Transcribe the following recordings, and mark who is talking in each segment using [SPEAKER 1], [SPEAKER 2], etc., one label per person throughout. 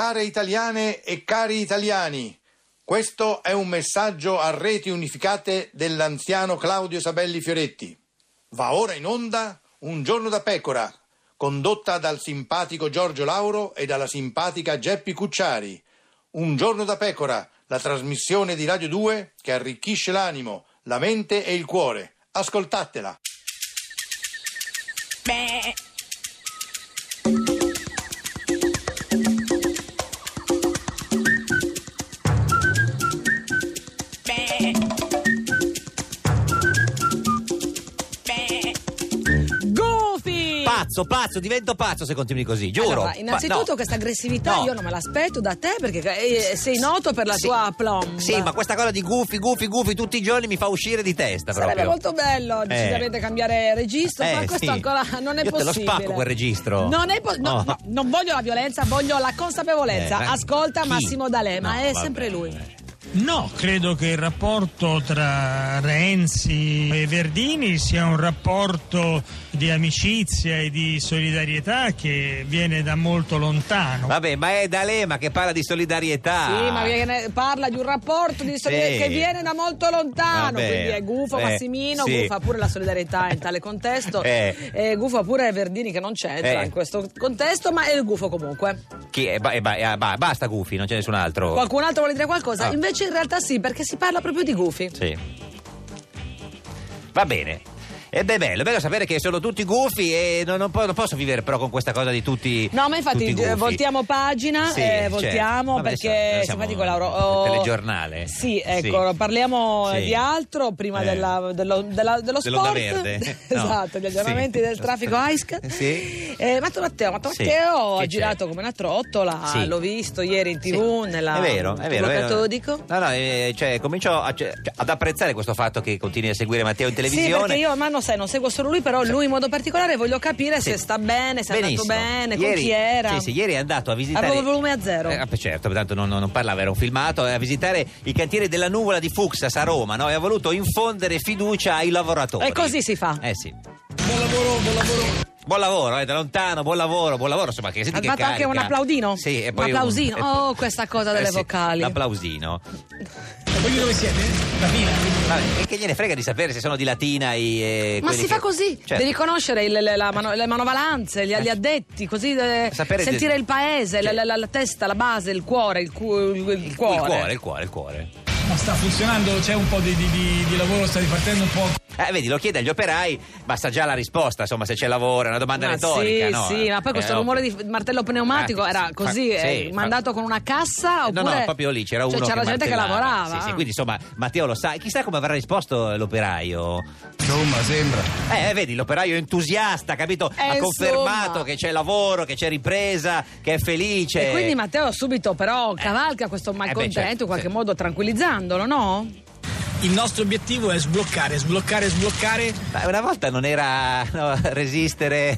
[SPEAKER 1] Care italiane e cari italiani, questo è un messaggio a reti unificate dell'anziano Claudio Sabelli Fioretti. Va ora in onda Un giorno da pecora, condotta dal simpatico Giorgio Lauro e dalla simpatica Geppi Cucciari. Un giorno da pecora, la trasmissione di Radio 2 che arricchisce l'animo, la mente e il cuore. Ascoltatela.
[SPEAKER 2] Goofy!
[SPEAKER 3] Pazzo, pazzo, divento pazzo se continui così, giuro.
[SPEAKER 2] Allora, innanzitutto
[SPEAKER 3] Ma- no.
[SPEAKER 2] questa aggressività
[SPEAKER 3] No.
[SPEAKER 2] io non me l'aspetto da te perché eh, sei noto per la
[SPEAKER 3] Sì.
[SPEAKER 2] tua aplomb.
[SPEAKER 3] Sì, ma questa cosa di gufi, gufi, gufi tutti i giorni mi fa uscire di testa
[SPEAKER 2] Sarebbe
[SPEAKER 3] proprio.
[SPEAKER 2] molto bello
[SPEAKER 3] Eh.
[SPEAKER 2] decisamente cambiare registro, ma
[SPEAKER 3] Eh,
[SPEAKER 2] questo
[SPEAKER 3] sì.
[SPEAKER 2] ancora non è
[SPEAKER 3] Io te lo
[SPEAKER 2] possibile.
[SPEAKER 3] spacco quel registro.
[SPEAKER 2] Non è po- no,
[SPEAKER 3] Oh.
[SPEAKER 2] no, non voglio la violenza, voglio la consapevolezza.
[SPEAKER 3] Eh, ma
[SPEAKER 2] Ascolta
[SPEAKER 3] chi?
[SPEAKER 2] Massimo D'Alema,
[SPEAKER 3] No,
[SPEAKER 2] è
[SPEAKER 3] vabbè.
[SPEAKER 2] sempre lui.
[SPEAKER 4] No, credo che il rapporto tra Renzi e Verdini sia un rapporto di amicizia e di solidarietà che viene da molto lontano.
[SPEAKER 3] Vabbè, ma è D'Alema che parla di solidarietà.
[SPEAKER 2] Sì, ma viene- parla di un rapporto di soli-
[SPEAKER 3] Ah. Sì.
[SPEAKER 2] che viene da molto lontano,
[SPEAKER 3] Vabbè.
[SPEAKER 2] quindi è gufo
[SPEAKER 3] Eh,
[SPEAKER 2] Massimino,
[SPEAKER 3] sì.
[SPEAKER 2] gufa pure la solidarietà in tale contesto,
[SPEAKER 3] Eh.
[SPEAKER 2] e gufa pure Verdini che non c'entra
[SPEAKER 3] Eh.
[SPEAKER 2] in questo contesto, ma è il gufo comunque.
[SPEAKER 3] Chi- eh, ba- eh, ba- eh, ba- basta gufi, non c'è nessun altro.
[SPEAKER 2] Qualcun altro vuole dire qualcosa?
[SPEAKER 3] Oh. Ah.
[SPEAKER 2] Invece in realtà sì, perché si parla proprio di gufi.
[SPEAKER 3] Sì. Va bene. E beh, bello, bello sapere che sono tutti gufi e non, non po- non posso vivere però con questa cosa di tutti.
[SPEAKER 2] No, ma infatti
[SPEAKER 3] tutti
[SPEAKER 2] eh,
[SPEAKER 3] gufi.
[SPEAKER 2] voltiamo pagina,
[SPEAKER 3] Sì,
[SPEAKER 2] eh,
[SPEAKER 3] certo.
[SPEAKER 2] voltiamo
[SPEAKER 3] Vabbè,
[SPEAKER 2] perché
[SPEAKER 3] siamo-
[SPEAKER 2] simpatico Lauro. oh,
[SPEAKER 3] il telegiornale.
[SPEAKER 2] Sì, ecco,
[SPEAKER 3] Sì.
[SPEAKER 2] parliamo eh,
[SPEAKER 3] Sì.
[SPEAKER 2] di altro prima
[SPEAKER 3] Eh.
[SPEAKER 2] della- dello, della- dello
[SPEAKER 3] Dell'onda
[SPEAKER 2] sport.
[SPEAKER 3] verde. No.
[SPEAKER 2] esatto, gli aggiornamenti
[SPEAKER 3] Sì.
[SPEAKER 2] del traffico ISC.
[SPEAKER 3] Sì.
[SPEAKER 2] Eh, Matteo Matteo, Matteo
[SPEAKER 3] Sì.
[SPEAKER 2] Matteo ha
[SPEAKER 3] Che c'è?
[SPEAKER 2] girato come una trottola,
[SPEAKER 3] Sì.
[SPEAKER 2] ah, l'ho visto ieri in
[SPEAKER 3] Sì.
[SPEAKER 2] TV nella
[SPEAKER 3] è vero, è vero,
[SPEAKER 2] tubo
[SPEAKER 3] è vero.
[SPEAKER 2] catodico.
[SPEAKER 3] No, no, eh, cioè, comincio a- cioè, ad apprezzare questo fatto che continui a seguire Matteo in televisione.
[SPEAKER 2] Sì, perché io ma non sai, non seguo solo lui, però lui in modo particolare voglio capire
[SPEAKER 3] Sì.
[SPEAKER 2] se sta bene, se
[SPEAKER 3] Benissimo.
[SPEAKER 2] è andato bene,
[SPEAKER 3] Ieri-
[SPEAKER 2] con chi era.
[SPEAKER 3] Sì, sì, ieri è andato a visitare.
[SPEAKER 2] Avevo il volume a zero.
[SPEAKER 3] Eh, beh, certo, tanto non, non- non parlava, era un filmato. eh, A visitare i cantieri della nuvola di Fuxas a Roma, no? E ha voluto infondere fiducia ai lavoratori.
[SPEAKER 2] E così si fa.
[SPEAKER 3] Eh sì. Buon lavoro, buon lavoro. Buon lavoro, eh, da lontano, buon lavoro, buon lavoro. Insomma, che senti
[SPEAKER 2] Ha
[SPEAKER 3] che
[SPEAKER 2] fatto anche
[SPEAKER 3] carica.
[SPEAKER 2] un applaudino?
[SPEAKER 3] Sì, e
[SPEAKER 2] Un
[SPEAKER 3] poi
[SPEAKER 2] applausino.
[SPEAKER 3] e poi-
[SPEAKER 2] Oh, questa cosa
[SPEAKER 3] Eh,
[SPEAKER 2] delle
[SPEAKER 3] sì,
[SPEAKER 2] vocali.
[SPEAKER 3] L'applausino.
[SPEAKER 4] Voi dove siete? La
[SPEAKER 3] Vabbè, e che gliene frega di sapere se sono di Latina i. eh,
[SPEAKER 2] Ma
[SPEAKER 3] quelli
[SPEAKER 2] si fa
[SPEAKER 3] che-
[SPEAKER 2] così,
[SPEAKER 3] Certo.
[SPEAKER 2] devi conoscere il- le, la mano- le manovalanze, gli, gli addetti, così eh,
[SPEAKER 3] Sapere
[SPEAKER 2] sentire
[SPEAKER 3] di-
[SPEAKER 2] il paese, la,
[SPEAKER 3] Sì. Cioè
[SPEAKER 2] la- la- la testa, la base, il cuore, il, cu- il- il
[SPEAKER 3] Il
[SPEAKER 2] cuore.
[SPEAKER 3] cuore, il cuore, il cuore.
[SPEAKER 4] Ma sta funzionando, c'è un po' di, lavoro, sta ripartendo un po'.
[SPEAKER 3] Eh, vedi, lo chiede agli operai, basta già la risposta, insomma, se c'è lavoro, è una domanda
[SPEAKER 2] Ma
[SPEAKER 3] retorica,
[SPEAKER 2] sì,
[SPEAKER 3] no?
[SPEAKER 2] sì, ma poi questo
[SPEAKER 3] Eh,
[SPEAKER 2] rumore
[SPEAKER 3] ovvio.
[SPEAKER 2] di martello pneumatico
[SPEAKER 3] Ah,
[SPEAKER 2] era
[SPEAKER 3] sì,
[SPEAKER 2] così,
[SPEAKER 3] fa-
[SPEAKER 2] eh,
[SPEAKER 3] sì, fa- Eh,
[SPEAKER 2] mandato con una cassa
[SPEAKER 3] No,
[SPEAKER 2] oppure...
[SPEAKER 3] no, proprio lì c'era uno
[SPEAKER 2] Cioè, c'era
[SPEAKER 3] che
[SPEAKER 2] gente che
[SPEAKER 3] martellava.
[SPEAKER 2] lavorava.
[SPEAKER 3] Sì, sì, quindi insomma, Matteo lo sa, chissà come avrà risposto l'operaio.
[SPEAKER 5] Insomma, sembra.
[SPEAKER 3] Eh, eh, vedi, l'operaio è entusiasta, capito?
[SPEAKER 2] Eh,
[SPEAKER 3] ha
[SPEAKER 2] insomma.
[SPEAKER 3] confermato che c'è lavoro, che c'è ripresa, che è felice.
[SPEAKER 2] E quindi Matteo subito però cavalca questo malcontento
[SPEAKER 3] certo,
[SPEAKER 2] in qualche
[SPEAKER 3] sì.
[SPEAKER 2] modo tranquillizzandolo, no?
[SPEAKER 4] Il nostro obiettivo è sbloccare, sbloccare, sbloccare.
[SPEAKER 3] Ma una volta non era no, resistere,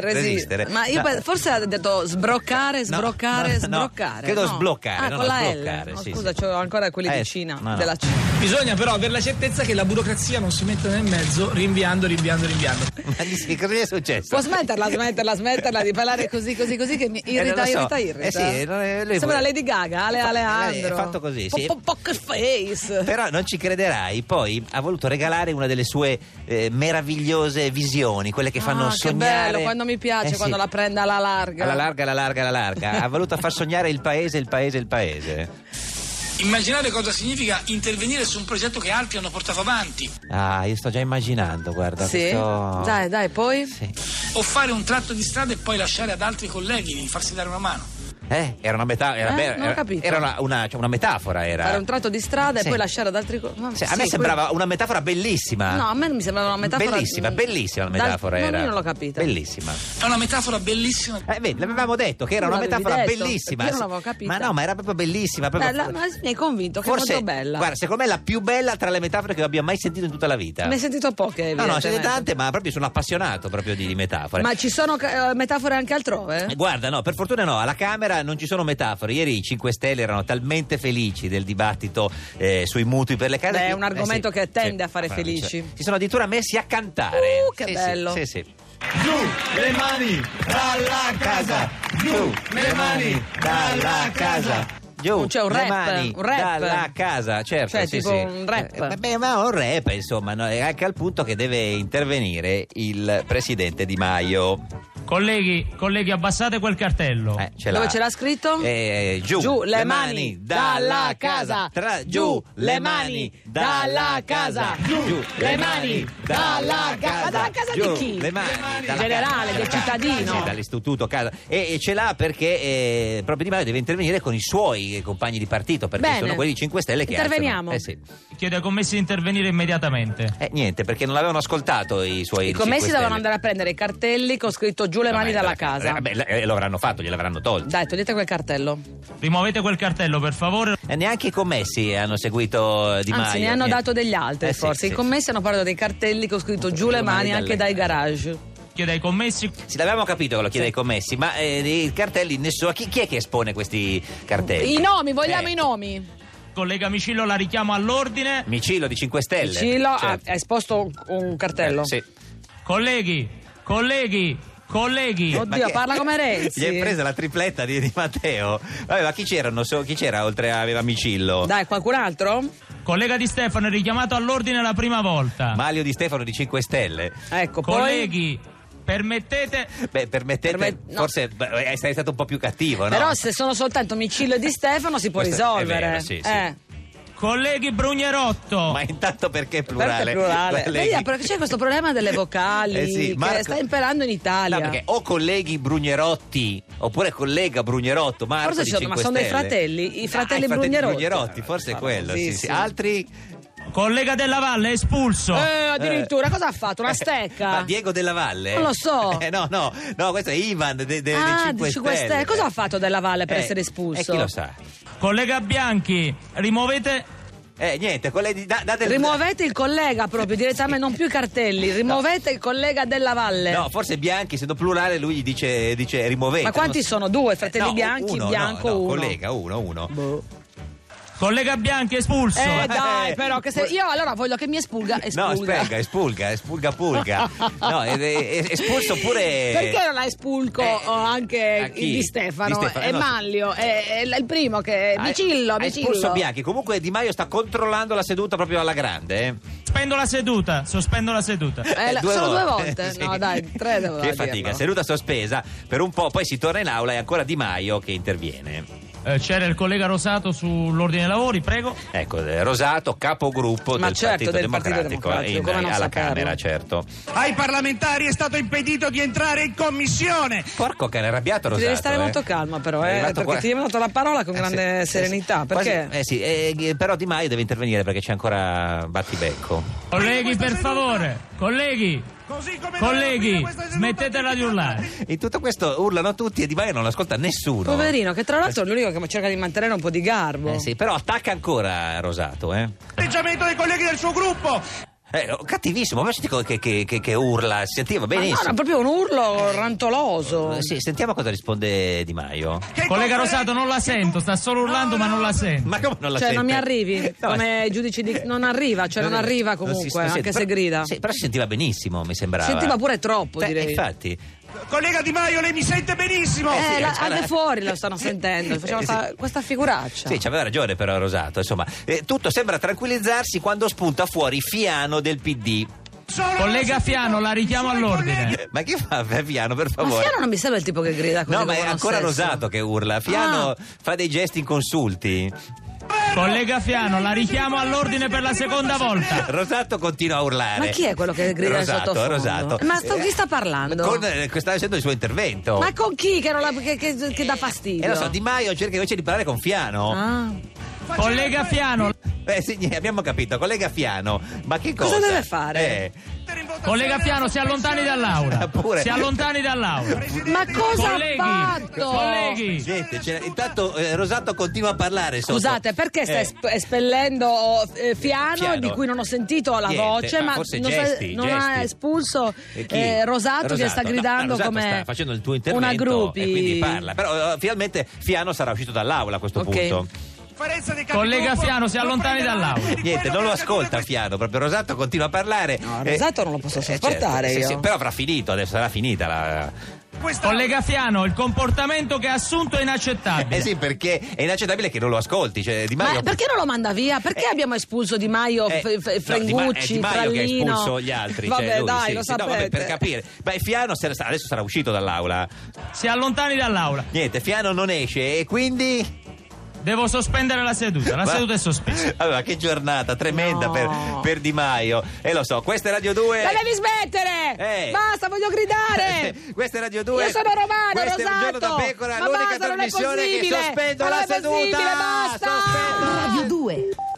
[SPEAKER 2] resistere, resistere. Ma io
[SPEAKER 3] No.
[SPEAKER 2] pe- forse ha detto sbroccare,
[SPEAKER 3] No,
[SPEAKER 2] sbroccare,
[SPEAKER 3] no, no,
[SPEAKER 2] sbroccare.
[SPEAKER 3] credo
[SPEAKER 2] no.
[SPEAKER 3] sbloccare,
[SPEAKER 2] Ah,
[SPEAKER 3] no,
[SPEAKER 2] con
[SPEAKER 3] no,
[SPEAKER 2] la
[SPEAKER 3] sbloccare,
[SPEAKER 2] L. No,
[SPEAKER 3] sì,
[SPEAKER 2] scusa,
[SPEAKER 3] sì.
[SPEAKER 2] c'ho ancora quelli
[SPEAKER 3] Eh,
[SPEAKER 2] di Cina.
[SPEAKER 3] no, no.
[SPEAKER 2] Della C.
[SPEAKER 4] Bisogna però avere la certezza che la burocrazia non si metta nel mezzo, rinviando, rinviando, rinviando.
[SPEAKER 3] Ma gli si- cosa gli è successo?
[SPEAKER 2] Può smetterla, smetterla, smetterla di parlare così, così, così che mi irrita,
[SPEAKER 3] Eh, non lo so.
[SPEAKER 2] irrita, irrita.
[SPEAKER 3] Eh sì, non è- lui
[SPEAKER 2] Sembra
[SPEAKER 3] vuole-
[SPEAKER 2] Lady Gaga, Ale
[SPEAKER 3] Fa- eh,
[SPEAKER 2] Aleandro.
[SPEAKER 3] è fatto così, sì.
[SPEAKER 2] Po- po- poker face.
[SPEAKER 3] Però non ci crederai, poi ha voluto regalare una delle sue eh, meravigliose visioni, quelle che fanno
[SPEAKER 2] Ah, che
[SPEAKER 3] sognare.
[SPEAKER 2] bello, quando mi piace,
[SPEAKER 3] Eh sì.
[SPEAKER 2] quando la prende alla larga.
[SPEAKER 3] Alla larga, alla larga, alla larga. ha voluto far sognare il paese, il paese, il paese.
[SPEAKER 6] Immaginare cosa significa intervenire su un progetto che altri hanno portato avanti
[SPEAKER 3] Ah, io sto già immaginando, guarda.
[SPEAKER 2] Sì.
[SPEAKER 3] questo-
[SPEAKER 2] Dai, dai, poi.
[SPEAKER 3] Sì.
[SPEAKER 6] o fare un tratto di strada e poi lasciare ad altri colleghi di farsi dare una mano.
[SPEAKER 3] Eh, era una metafora. Era,
[SPEAKER 2] Eh,
[SPEAKER 3] be-
[SPEAKER 2] non ho capito.
[SPEAKER 3] era una, una- cioè, una metafora. Era.
[SPEAKER 2] Fare un tratto di strada
[SPEAKER 3] Sì.
[SPEAKER 2] e poi lasciare ad altri. co- ma-
[SPEAKER 3] Sì, a
[SPEAKER 2] sì,
[SPEAKER 3] me
[SPEAKER 2] que-
[SPEAKER 3] sembrava una metafora bellissima.
[SPEAKER 2] No, a me mi sembrava una metafora.
[SPEAKER 3] Ah. Bellissima, bellissima la
[SPEAKER 2] Dal-
[SPEAKER 3] metafora
[SPEAKER 2] no,
[SPEAKER 3] era.
[SPEAKER 2] io non l'ho capita.
[SPEAKER 3] Bellissima.
[SPEAKER 6] È una metafora bellissima
[SPEAKER 3] Eh, vedi, l'avevamo detto che era
[SPEAKER 2] Tu
[SPEAKER 3] una
[SPEAKER 2] l'avevi
[SPEAKER 3] metafora
[SPEAKER 2] detto,
[SPEAKER 3] bellissima.
[SPEAKER 2] perché io non l'avevo capita.
[SPEAKER 3] Ma no, ma era proprio bellissima. proprio-
[SPEAKER 2] Beh, Eh, la- ma mi hai convinto che
[SPEAKER 3] Forse,
[SPEAKER 2] è molto bella.
[SPEAKER 3] Guarda, secondo me è la più bella tra le metafore che abbia mai sentito in tutta la vita.
[SPEAKER 2] Ne hai sentito poche,
[SPEAKER 3] no, no, ce ne
[SPEAKER 2] evidentemente.
[SPEAKER 3] tante, ma proprio sono appassionato proprio di, di metafore.
[SPEAKER 2] Ma ci sono eh, metafore anche altrove?
[SPEAKER 3] Eh, Guarda, no, per fortuna no, alla Camera non ci sono metafore. Ieri i 5 Stelle erano talmente felici del dibattito eh, sui mutui per le Eh, case.
[SPEAKER 2] Beh, è
[SPEAKER 3] che-
[SPEAKER 2] un argomento che tende a fare
[SPEAKER 3] cioè,
[SPEAKER 2] felici.
[SPEAKER 3] Si sono addirittura messi a cantare.
[SPEAKER 2] Uh, che
[SPEAKER 3] Sì, sì,
[SPEAKER 2] bello.
[SPEAKER 3] Sì, sì.
[SPEAKER 5] Giù le mani dalla casa! Giù le mani dalla casa!
[SPEAKER 3] Giù,
[SPEAKER 2] Non c'è un
[SPEAKER 3] le
[SPEAKER 2] rap,
[SPEAKER 3] mani
[SPEAKER 2] un rap.
[SPEAKER 3] dalla casa, certo.
[SPEAKER 2] Cioè,
[SPEAKER 3] sì,
[SPEAKER 2] tipo
[SPEAKER 3] sì.
[SPEAKER 2] un rap.
[SPEAKER 3] Eh, vabbè, ma un rap, insomma, no? E anche al punto che deve intervenire il presidente Di Maio.
[SPEAKER 7] Colleghi, colleghi, abbassate quel cartello.
[SPEAKER 3] Eh, ce
[SPEAKER 2] Dove
[SPEAKER 3] l'ha.
[SPEAKER 2] ce l'ha scritto?
[SPEAKER 3] Eh, giù,
[SPEAKER 2] Giù le mani dalla casa.
[SPEAKER 3] Tra- giù le mani dalla casa. Giù
[SPEAKER 2] le mani dalla casa. Ma dalla casa di
[SPEAKER 3] Giù
[SPEAKER 2] chi?
[SPEAKER 3] Le mani dalla
[SPEAKER 2] generale,
[SPEAKER 3] casa,
[SPEAKER 2] del
[SPEAKER 3] dalla casa,
[SPEAKER 2] cittadino.
[SPEAKER 3] sì, dall'istituto casa. E, e ce l'ha perché eh, proprio Di Maio deve intervenire con i suoi compagni di partito perché
[SPEAKER 2] Bene.
[SPEAKER 3] sono quelli 5 Stelle che
[SPEAKER 2] Interveniamo.
[SPEAKER 3] alzano. Eh, sì.
[SPEAKER 7] Chiedo ai commessi di intervenire immediatamente.
[SPEAKER 3] Eh, niente, perché non l'avevano ascoltato i suoi
[SPEAKER 2] I commessi devono
[SPEAKER 3] 5 Stelle.
[SPEAKER 2] andare a prendere i cartelli con scritto giù le mani dalla casa.
[SPEAKER 3] Eh, vabbè, l- eh, lo avranno fatto, gliel'avranno tolto.
[SPEAKER 2] Dai, togliete quel cartello.
[SPEAKER 7] Rimuovete quel cartello, per favore.
[SPEAKER 3] E neanche i commessi hanno seguito Di Maio.
[SPEAKER 2] Anzi, ne hanno
[SPEAKER 3] niente.
[SPEAKER 2] dato degli altri,
[SPEAKER 3] Eh, sì,
[SPEAKER 2] forse.
[SPEAKER 3] sì,
[SPEAKER 2] I commessi hanno parlato dei cartelli con scritto giù le mani anche dai
[SPEAKER 3] dalle-
[SPEAKER 2] garage.
[SPEAKER 7] Chiedo ai commessi.
[SPEAKER 3] Sì, l'avevamo capito che lo chiede ai commessi, ma eh, i cartelli nessuno. Chi, chi è che espone questi cartelli? Eh,
[SPEAKER 2] I nomi, vogliamo i
[SPEAKER 3] nomi.
[SPEAKER 2] nomi.
[SPEAKER 7] Collega Micillo, la richiamo all'ordine.
[SPEAKER 3] Micillo di 5 Stelle.
[SPEAKER 2] Cilo ha,
[SPEAKER 3] Certo.
[SPEAKER 2] ha esposto un, un cartello.
[SPEAKER 3] Eh, sì.
[SPEAKER 7] Colleghi, colleghi, colleghi.
[SPEAKER 2] Oddio,
[SPEAKER 3] Ma che-
[SPEAKER 2] parla come Renzi.
[SPEAKER 3] Gli hai presa la tripletta di, di Matteo. Vabbè, ma chi c'erano? so- chi c'era oltre a aveva Micillo?
[SPEAKER 2] Dai, qualcun altro?
[SPEAKER 7] Collega Di Stefano, è richiamato all'ordine la prima volta.
[SPEAKER 3] Malio di Stefano di 5 Stelle.
[SPEAKER 2] Ecco, poi...
[SPEAKER 7] colleghi, permettete.
[SPEAKER 3] Beh, permettete,
[SPEAKER 2] Permet- no.
[SPEAKER 3] forse beh, sei stato un po' più cattivo, no?
[SPEAKER 2] Però se sono soltanto Micillo e Di Stefano si può
[SPEAKER 3] Questo è
[SPEAKER 2] risolvere.
[SPEAKER 3] vero, sì, sì.
[SPEAKER 2] Eh.
[SPEAKER 7] Colleghi Brugnerotto.
[SPEAKER 3] Ma intanto perché è plurale?
[SPEAKER 2] Perché è plurale.
[SPEAKER 3] Colleghi-
[SPEAKER 2] Vedi, perché c'è questo problema delle vocali
[SPEAKER 3] Eh sì,
[SPEAKER 2] che
[SPEAKER 3] Marco-
[SPEAKER 2] sta imperando in Italia. Eh,
[SPEAKER 3] No, perché o colleghi Brugnerotti oppure collega Brugnerotto, Marco
[SPEAKER 2] Forse
[SPEAKER 3] di
[SPEAKER 2] sono- ma
[SPEAKER 3] 5
[SPEAKER 2] sono dei
[SPEAKER 3] Stelle.
[SPEAKER 2] fratelli, i fratelli
[SPEAKER 3] ah,
[SPEAKER 2] Brugnerotti.
[SPEAKER 3] forse è
[SPEAKER 2] Ah,
[SPEAKER 3] quello, sì,
[SPEAKER 2] sì,
[SPEAKER 3] sì.
[SPEAKER 2] sì.
[SPEAKER 3] Altri
[SPEAKER 7] Collega Della Valle, espulso.
[SPEAKER 2] Eh, addirittura cosa ha fatto? Una stecca?
[SPEAKER 3] Ma Diego della Valle?
[SPEAKER 2] Non lo so.
[SPEAKER 3] Eh, no, no, no, questo è Ivan de- de-
[SPEAKER 2] ah,
[SPEAKER 3] dei 5
[SPEAKER 2] di Cinque
[SPEAKER 3] Stelle.
[SPEAKER 2] Stelle. Cosa ha fatto Della Valle per
[SPEAKER 3] Eh,
[SPEAKER 2] essere espulso?
[SPEAKER 3] Eh, chi lo sa?
[SPEAKER 7] Collega Bianchi, rimuovete.
[SPEAKER 3] Eh, niente, colleghi, da- date
[SPEAKER 2] Rimuovete il collega proprio direttamente, non più i cartelli, rimuovete il collega Della Valle.
[SPEAKER 3] No, forse Bianchi, essendo plurale, lui gli dice, dice rimuovete.
[SPEAKER 2] Ma quanti
[SPEAKER 3] non so. Eh,
[SPEAKER 2] sono? Due, fratelli
[SPEAKER 3] No,
[SPEAKER 2] bianchi,
[SPEAKER 3] uno,
[SPEAKER 2] bianco,
[SPEAKER 3] no, no,
[SPEAKER 2] uno.
[SPEAKER 3] collega, uno, uno.
[SPEAKER 2] Boh.
[SPEAKER 7] Collega Bianchi, espulso.
[SPEAKER 2] Eh dai, però che se- io allora voglio che mi espulga, espulga.
[SPEAKER 3] No, espelga, espulga, espulga pulga. No, ed- ed- espulso pure.
[SPEAKER 2] Perché non ha espulco
[SPEAKER 3] Eh,
[SPEAKER 2] oh,
[SPEAKER 3] a
[SPEAKER 2] anche
[SPEAKER 3] chi?
[SPEAKER 2] il Di Stefano?
[SPEAKER 3] Di Stefano,
[SPEAKER 2] è
[SPEAKER 3] no.
[SPEAKER 2] Manlio, è, è il primo che è
[SPEAKER 3] Ha-
[SPEAKER 2] Micillo,
[SPEAKER 3] ha espulso
[SPEAKER 2] Micillo.
[SPEAKER 3] Bianchi. Comunque Di Maio sta controllando la seduta proprio alla grande. eh.
[SPEAKER 7] Sospendo la seduta, sospendo la seduta.
[SPEAKER 2] Eh, la- solo due volte?
[SPEAKER 3] Sì.
[SPEAKER 2] No, dai, tre devo
[SPEAKER 3] Che
[SPEAKER 2] dirlo.
[SPEAKER 3] fatica, seduta sospesa per un po', poi si torna in aula e ancora Di Maio che interviene.
[SPEAKER 7] Eh, c'era il collega Rosato sull'ordine dei lavori, prego.
[SPEAKER 3] Ecco, eh, Rosato, capogruppo
[SPEAKER 2] Ma
[SPEAKER 3] del,
[SPEAKER 2] certo,
[SPEAKER 3] Partito
[SPEAKER 2] del Partito
[SPEAKER 3] Democratico, eh,
[SPEAKER 2] Democratico,
[SPEAKER 3] in-
[SPEAKER 2] come non
[SPEAKER 3] alla
[SPEAKER 2] saperlo?
[SPEAKER 3] Camera, certo.
[SPEAKER 5] Ai parlamentari è stato impedito di entrare in commissione!
[SPEAKER 3] Porco che era arrabbiato Rosato.
[SPEAKER 2] devi stare
[SPEAKER 3] eh.
[SPEAKER 2] molto calma, però,
[SPEAKER 3] È
[SPEAKER 2] eh,
[SPEAKER 3] arrivato
[SPEAKER 2] perché
[SPEAKER 3] qua-
[SPEAKER 2] ti abbiamo dato la parola con
[SPEAKER 3] Eh,
[SPEAKER 2] grande
[SPEAKER 3] sì, sì,
[SPEAKER 2] serenità,
[SPEAKER 3] sì.
[SPEAKER 2] perché-
[SPEAKER 3] Quasi- eh sì, eh, però Di Maio deve intervenire perché c'è ancora battibecco.
[SPEAKER 7] Colleghi, per favore, colleghi,
[SPEAKER 5] Così come
[SPEAKER 7] colleghi, smettetela di urlare.
[SPEAKER 3] In tutto questo urlano tutti e Di Maio non ascolta nessuno.
[SPEAKER 2] Poverino, che tra l'altro è l'unico che cerca di mantenere un po' di garbo.
[SPEAKER 3] Eh sì, però attacca ancora Rosato, eh.
[SPEAKER 5] Atteggiamento dei colleghi del suo gruppo!
[SPEAKER 3] Eh, cattivissimo, ma senti co- che, che- che- che urla, si sentiva
[SPEAKER 2] Ma no,
[SPEAKER 3] benissimo.
[SPEAKER 2] no, proprio un urlo rantoloso.
[SPEAKER 3] Eh, sì, sentiamo cosa risponde Di Maio.
[SPEAKER 5] Che
[SPEAKER 7] Collega
[SPEAKER 5] conferenza-
[SPEAKER 7] Rosato, non la sento, sta solo urlando, ma non la sento.
[SPEAKER 3] Ma come non la
[SPEAKER 2] Cioè, non mi
[SPEAKER 3] sente?
[SPEAKER 2] arrivi
[SPEAKER 3] No, Eh,
[SPEAKER 2] come giudici di. Non arriva, cioè, non arriva
[SPEAKER 3] non si-
[SPEAKER 2] comunque,
[SPEAKER 3] non si-
[SPEAKER 2] anche
[SPEAKER 3] però-
[SPEAKER 2] se grida.
[SPEAKER 3] sì, però si sentiva benissimo, mi sembrava.
[SPEAKER 2] Sentiva pure troppo,
[SPEAKER 3] Eh,
[SPEAKER 2] direi.
[SPEAKER 3] Infatti.
[SPEAKER 5] Collega Di Maio, lei mi sente benissimo!
[SPEAKER 2] Eh, la-
[SPEAKER 3] c'ha la-
[SPEAKER 2] anche fuori lo stanno sentendo. Facciamo
[SPEAKER 3] Eh, sì.
[SPEAKER 2] sta- questa figuraccia.
[SPEAKER 3] Sì, c'aveva ragione però Rosato, insomma. Eh, tutto sembra tranquillizzarsi quando spunta fuori Fiano del PD.
[SPEAKER 5] Solo
[SPEAKER 7] Collega
[SPEAKER 5] la sentito-
[SPEAKER 7] Fiano, la richiamo
[SPEAKER 5] Solo i colleghi-
[SPEAKER 7] all'ordine.
[SPEAKER 3] Ma che fa Fiano, per
[SPEAKER 2] Eh. Ma
[SPEAKER 3] favore?
[SPEAKER 2] Fiano non mi sembra il tipo che grida così.
[SPEAKER 3] No, ma è
[SPEAKER 2] con buon
[SPEAKER 3] ancora
[SPEAKER 2] senso.
[SPEAKER 3] Rosato che urla. Fiano
[SPEAKER 2] Ah.
[SPEAKER 3] fa dei gesti inconsulti.
[SPEAKER 7] Collega Fiano, la richiamo all'ordine per la seconda volta.
[SPEAKER 3] Rosato continua a urlare.
[SPEAKER 2] Ma chi è quello che grida
[SPEAKER 3] Rosato,
[SPEAKER 2] sottofondo?
[SPEAKER 3] Rosato.
[SPEAKER 2] Ma sto- chi sta parlando?
[SPEAKER 3] Con, eh, che sta facendo il suo intervento.
[SPEAKER 2] Ma con chi che, non la- che- che- che dà fastidio?
[SPEAKER 3] E Eh, lo so, Di Maio cerca invece di parlare con Fiano.
[SPEAKER 2] Ah.
[SPEAKER 7] Collega Fiano,
[SPEAKER 3] Beh, sì, niente, abbiamo capito, collega Fiano, ma che cosa? Eh,
[SPEAKER 2] Cosa deve fare?
[SPEAKER 7] collega Fiano, si allontani dall'aula.
[SPEAKER 3] Pure.
[SPEAKER 7] Si allontani dall'aula.
[SPEAKER 2] Ma cosa
[SPEAKER 7] Colleghi,
[SPEAKER 2] ha fatto?
[SPEAKER 7] colleghi.
[SPEAKER 3] Eh, gente, c'era- intanto eh, Rosato continua a parlare. sotto.
[SPEAKER 2] Scusate, perché sta
[SPEAKER 3] Eh,
[SPEAKER 2] esp- espellendo eh, Fiano,
[SPEAKER 3] Fiano.
[SPEAKER 2] di cui non ho sentito la
[SPEAKER 3] Niente,
[SPEAKER 2] voce,
[SPEAKER 3] ma
[SPEAKER 2] ma
[SPEAKER 3] forse
[SPEAKER 2] non,
[SPEAKER 3] gesti,
[SPEAKER 2] non ha
[SPEAKER 3] gesti.
[SPEAKER 2] espulso
[SPEAKER 3] e chi?
[SPEAKER 2] eh, Rosato, che sta
[SPEAKER 3] No,
[SPEAKER 2] gridando
[SPEAKER 3] Rosato
[SPEAKER 2] come
[SPEAKER 3] sta facendo il tuo intervento
[SPEAKER 2] una gruppi.
[SPEAKER 3] e quindi parla. Però eh, finalmente Fiano sarà uscito dall'aula a questo
[SPEAKER 2] Ok.
[SPEAKER 3] punto.
[SPEAKER 8] conferenza dei capigruppo.
[SPEAKER 7] Collega Fiano, si
[SPEAKER 8] non
[SPEAKER 7] allontani
[SPEAKER 8] prenderà
[SPEAKER 7] dall'aula.
[SPEAKER 8] niente di
[SPEAKER 3] Niente,
[SPEAKER 8] quello
[SPEAKER 3] non
[SPEAKER 8] che
[SPEAKER 3] lo
[SPEAKER 8] è accaduto
[SPEAKER 3] ascolta
[SPEAKER 8] in
[SPEAKER 3] Fiano, proprio Rosato continua a parlare.
[SPEAKER 2] No,
[SPEAKER 3] Eh,
[SPEAKER 2] Rosato non lo posso
[SPEAKER 3] eh,
[SPEAKER 2] sopportare
[SPEAKER 3] certo, sì,
[SPEAKER 2] io.
[SPEAKER 3] sì, però avrà finito, adesso sarà finita la...
[SPEAKER 8] questa-
[SPEAKER 7] Collega Fiano, il comportamento che ha assunto è
[SPEAKER 3] Eh
[SPEAKER 7] inaccettabile.
[SPEAKER 3] sì, perché è inaccettabile che non lo ascolti, cioè Di Maio...
[SPEAKER 2] Ma perché non lo manda via? Perché abbiamo espulso Di Maio, F-
[SPEAKER 3] Eh,
[SPEAKER 2] F-
[SPEAKER 3] no, Di Ma- è
[SPEAKER 2] Frengucci,
[SPEAKER 3] Di Maio che ha
[SPEAKER 2] Trallino?
[SPEAKER 3] espulso gli altri.
[SPEAKER 2] Vabbè,
[SPEAKER 3] cioè lui,
[SPEAKER 2] dai,
[SPEAKER 3] sì,
[SPEAKER 2] lo
[SPEAKER 3] sì, no,
[SPEAKER 2] sapete.
[SPEAKER 3] vabbè, per capire. Beh, Fiano se ne sta- adesso sarà uscito dall'aula.
[SPEAKER 7] Si allontani dall'aula.
[SPEAKER 3] Niente, Fiano non esce e quindi...
[SPEAKER 7] Devo sospendere la seduta. La
[SPEAKER 3] Ma-
[SPEAKER 7] seduta è sospesa.
[SPEAKER 3] Allora, che giornata tremenda
[SPEAKER 2] No.
[SPEAKER 3] per, per Di Maio. E lo so, questa è Radio 2.
[SPEAKER 2] La devi smettere!
[SPEAKER 3] Eh.
[SPEAKER 2] Basta, voglio gridare!
[SPEAKER 3] Questa è Radio 2.
[SPEAKER 2] Io sono romana,
[SPEAKER 3] Questa è un giorno da
[SPEAKER 2] Rosato.
[SPEAKER 3] pecora,
[SPEAKER 2] Ma
[SPEAKER 3] l'unica
[SPEAKER 2] basta, non è
[SPEAKER 3] trasmissione che
[SPEAKER 2] possibile.
[SPEAKER 3] sospendo
[SPEAKER 2] Ma non
[SPEAKER 3] la
[SPEAKER 2] è
[SPEAKER 3] seduta.
[SPEAKER 2] possibile, basta.
[SPEAKER 3] Sospendo.
[SPEAKER 9] Radio 2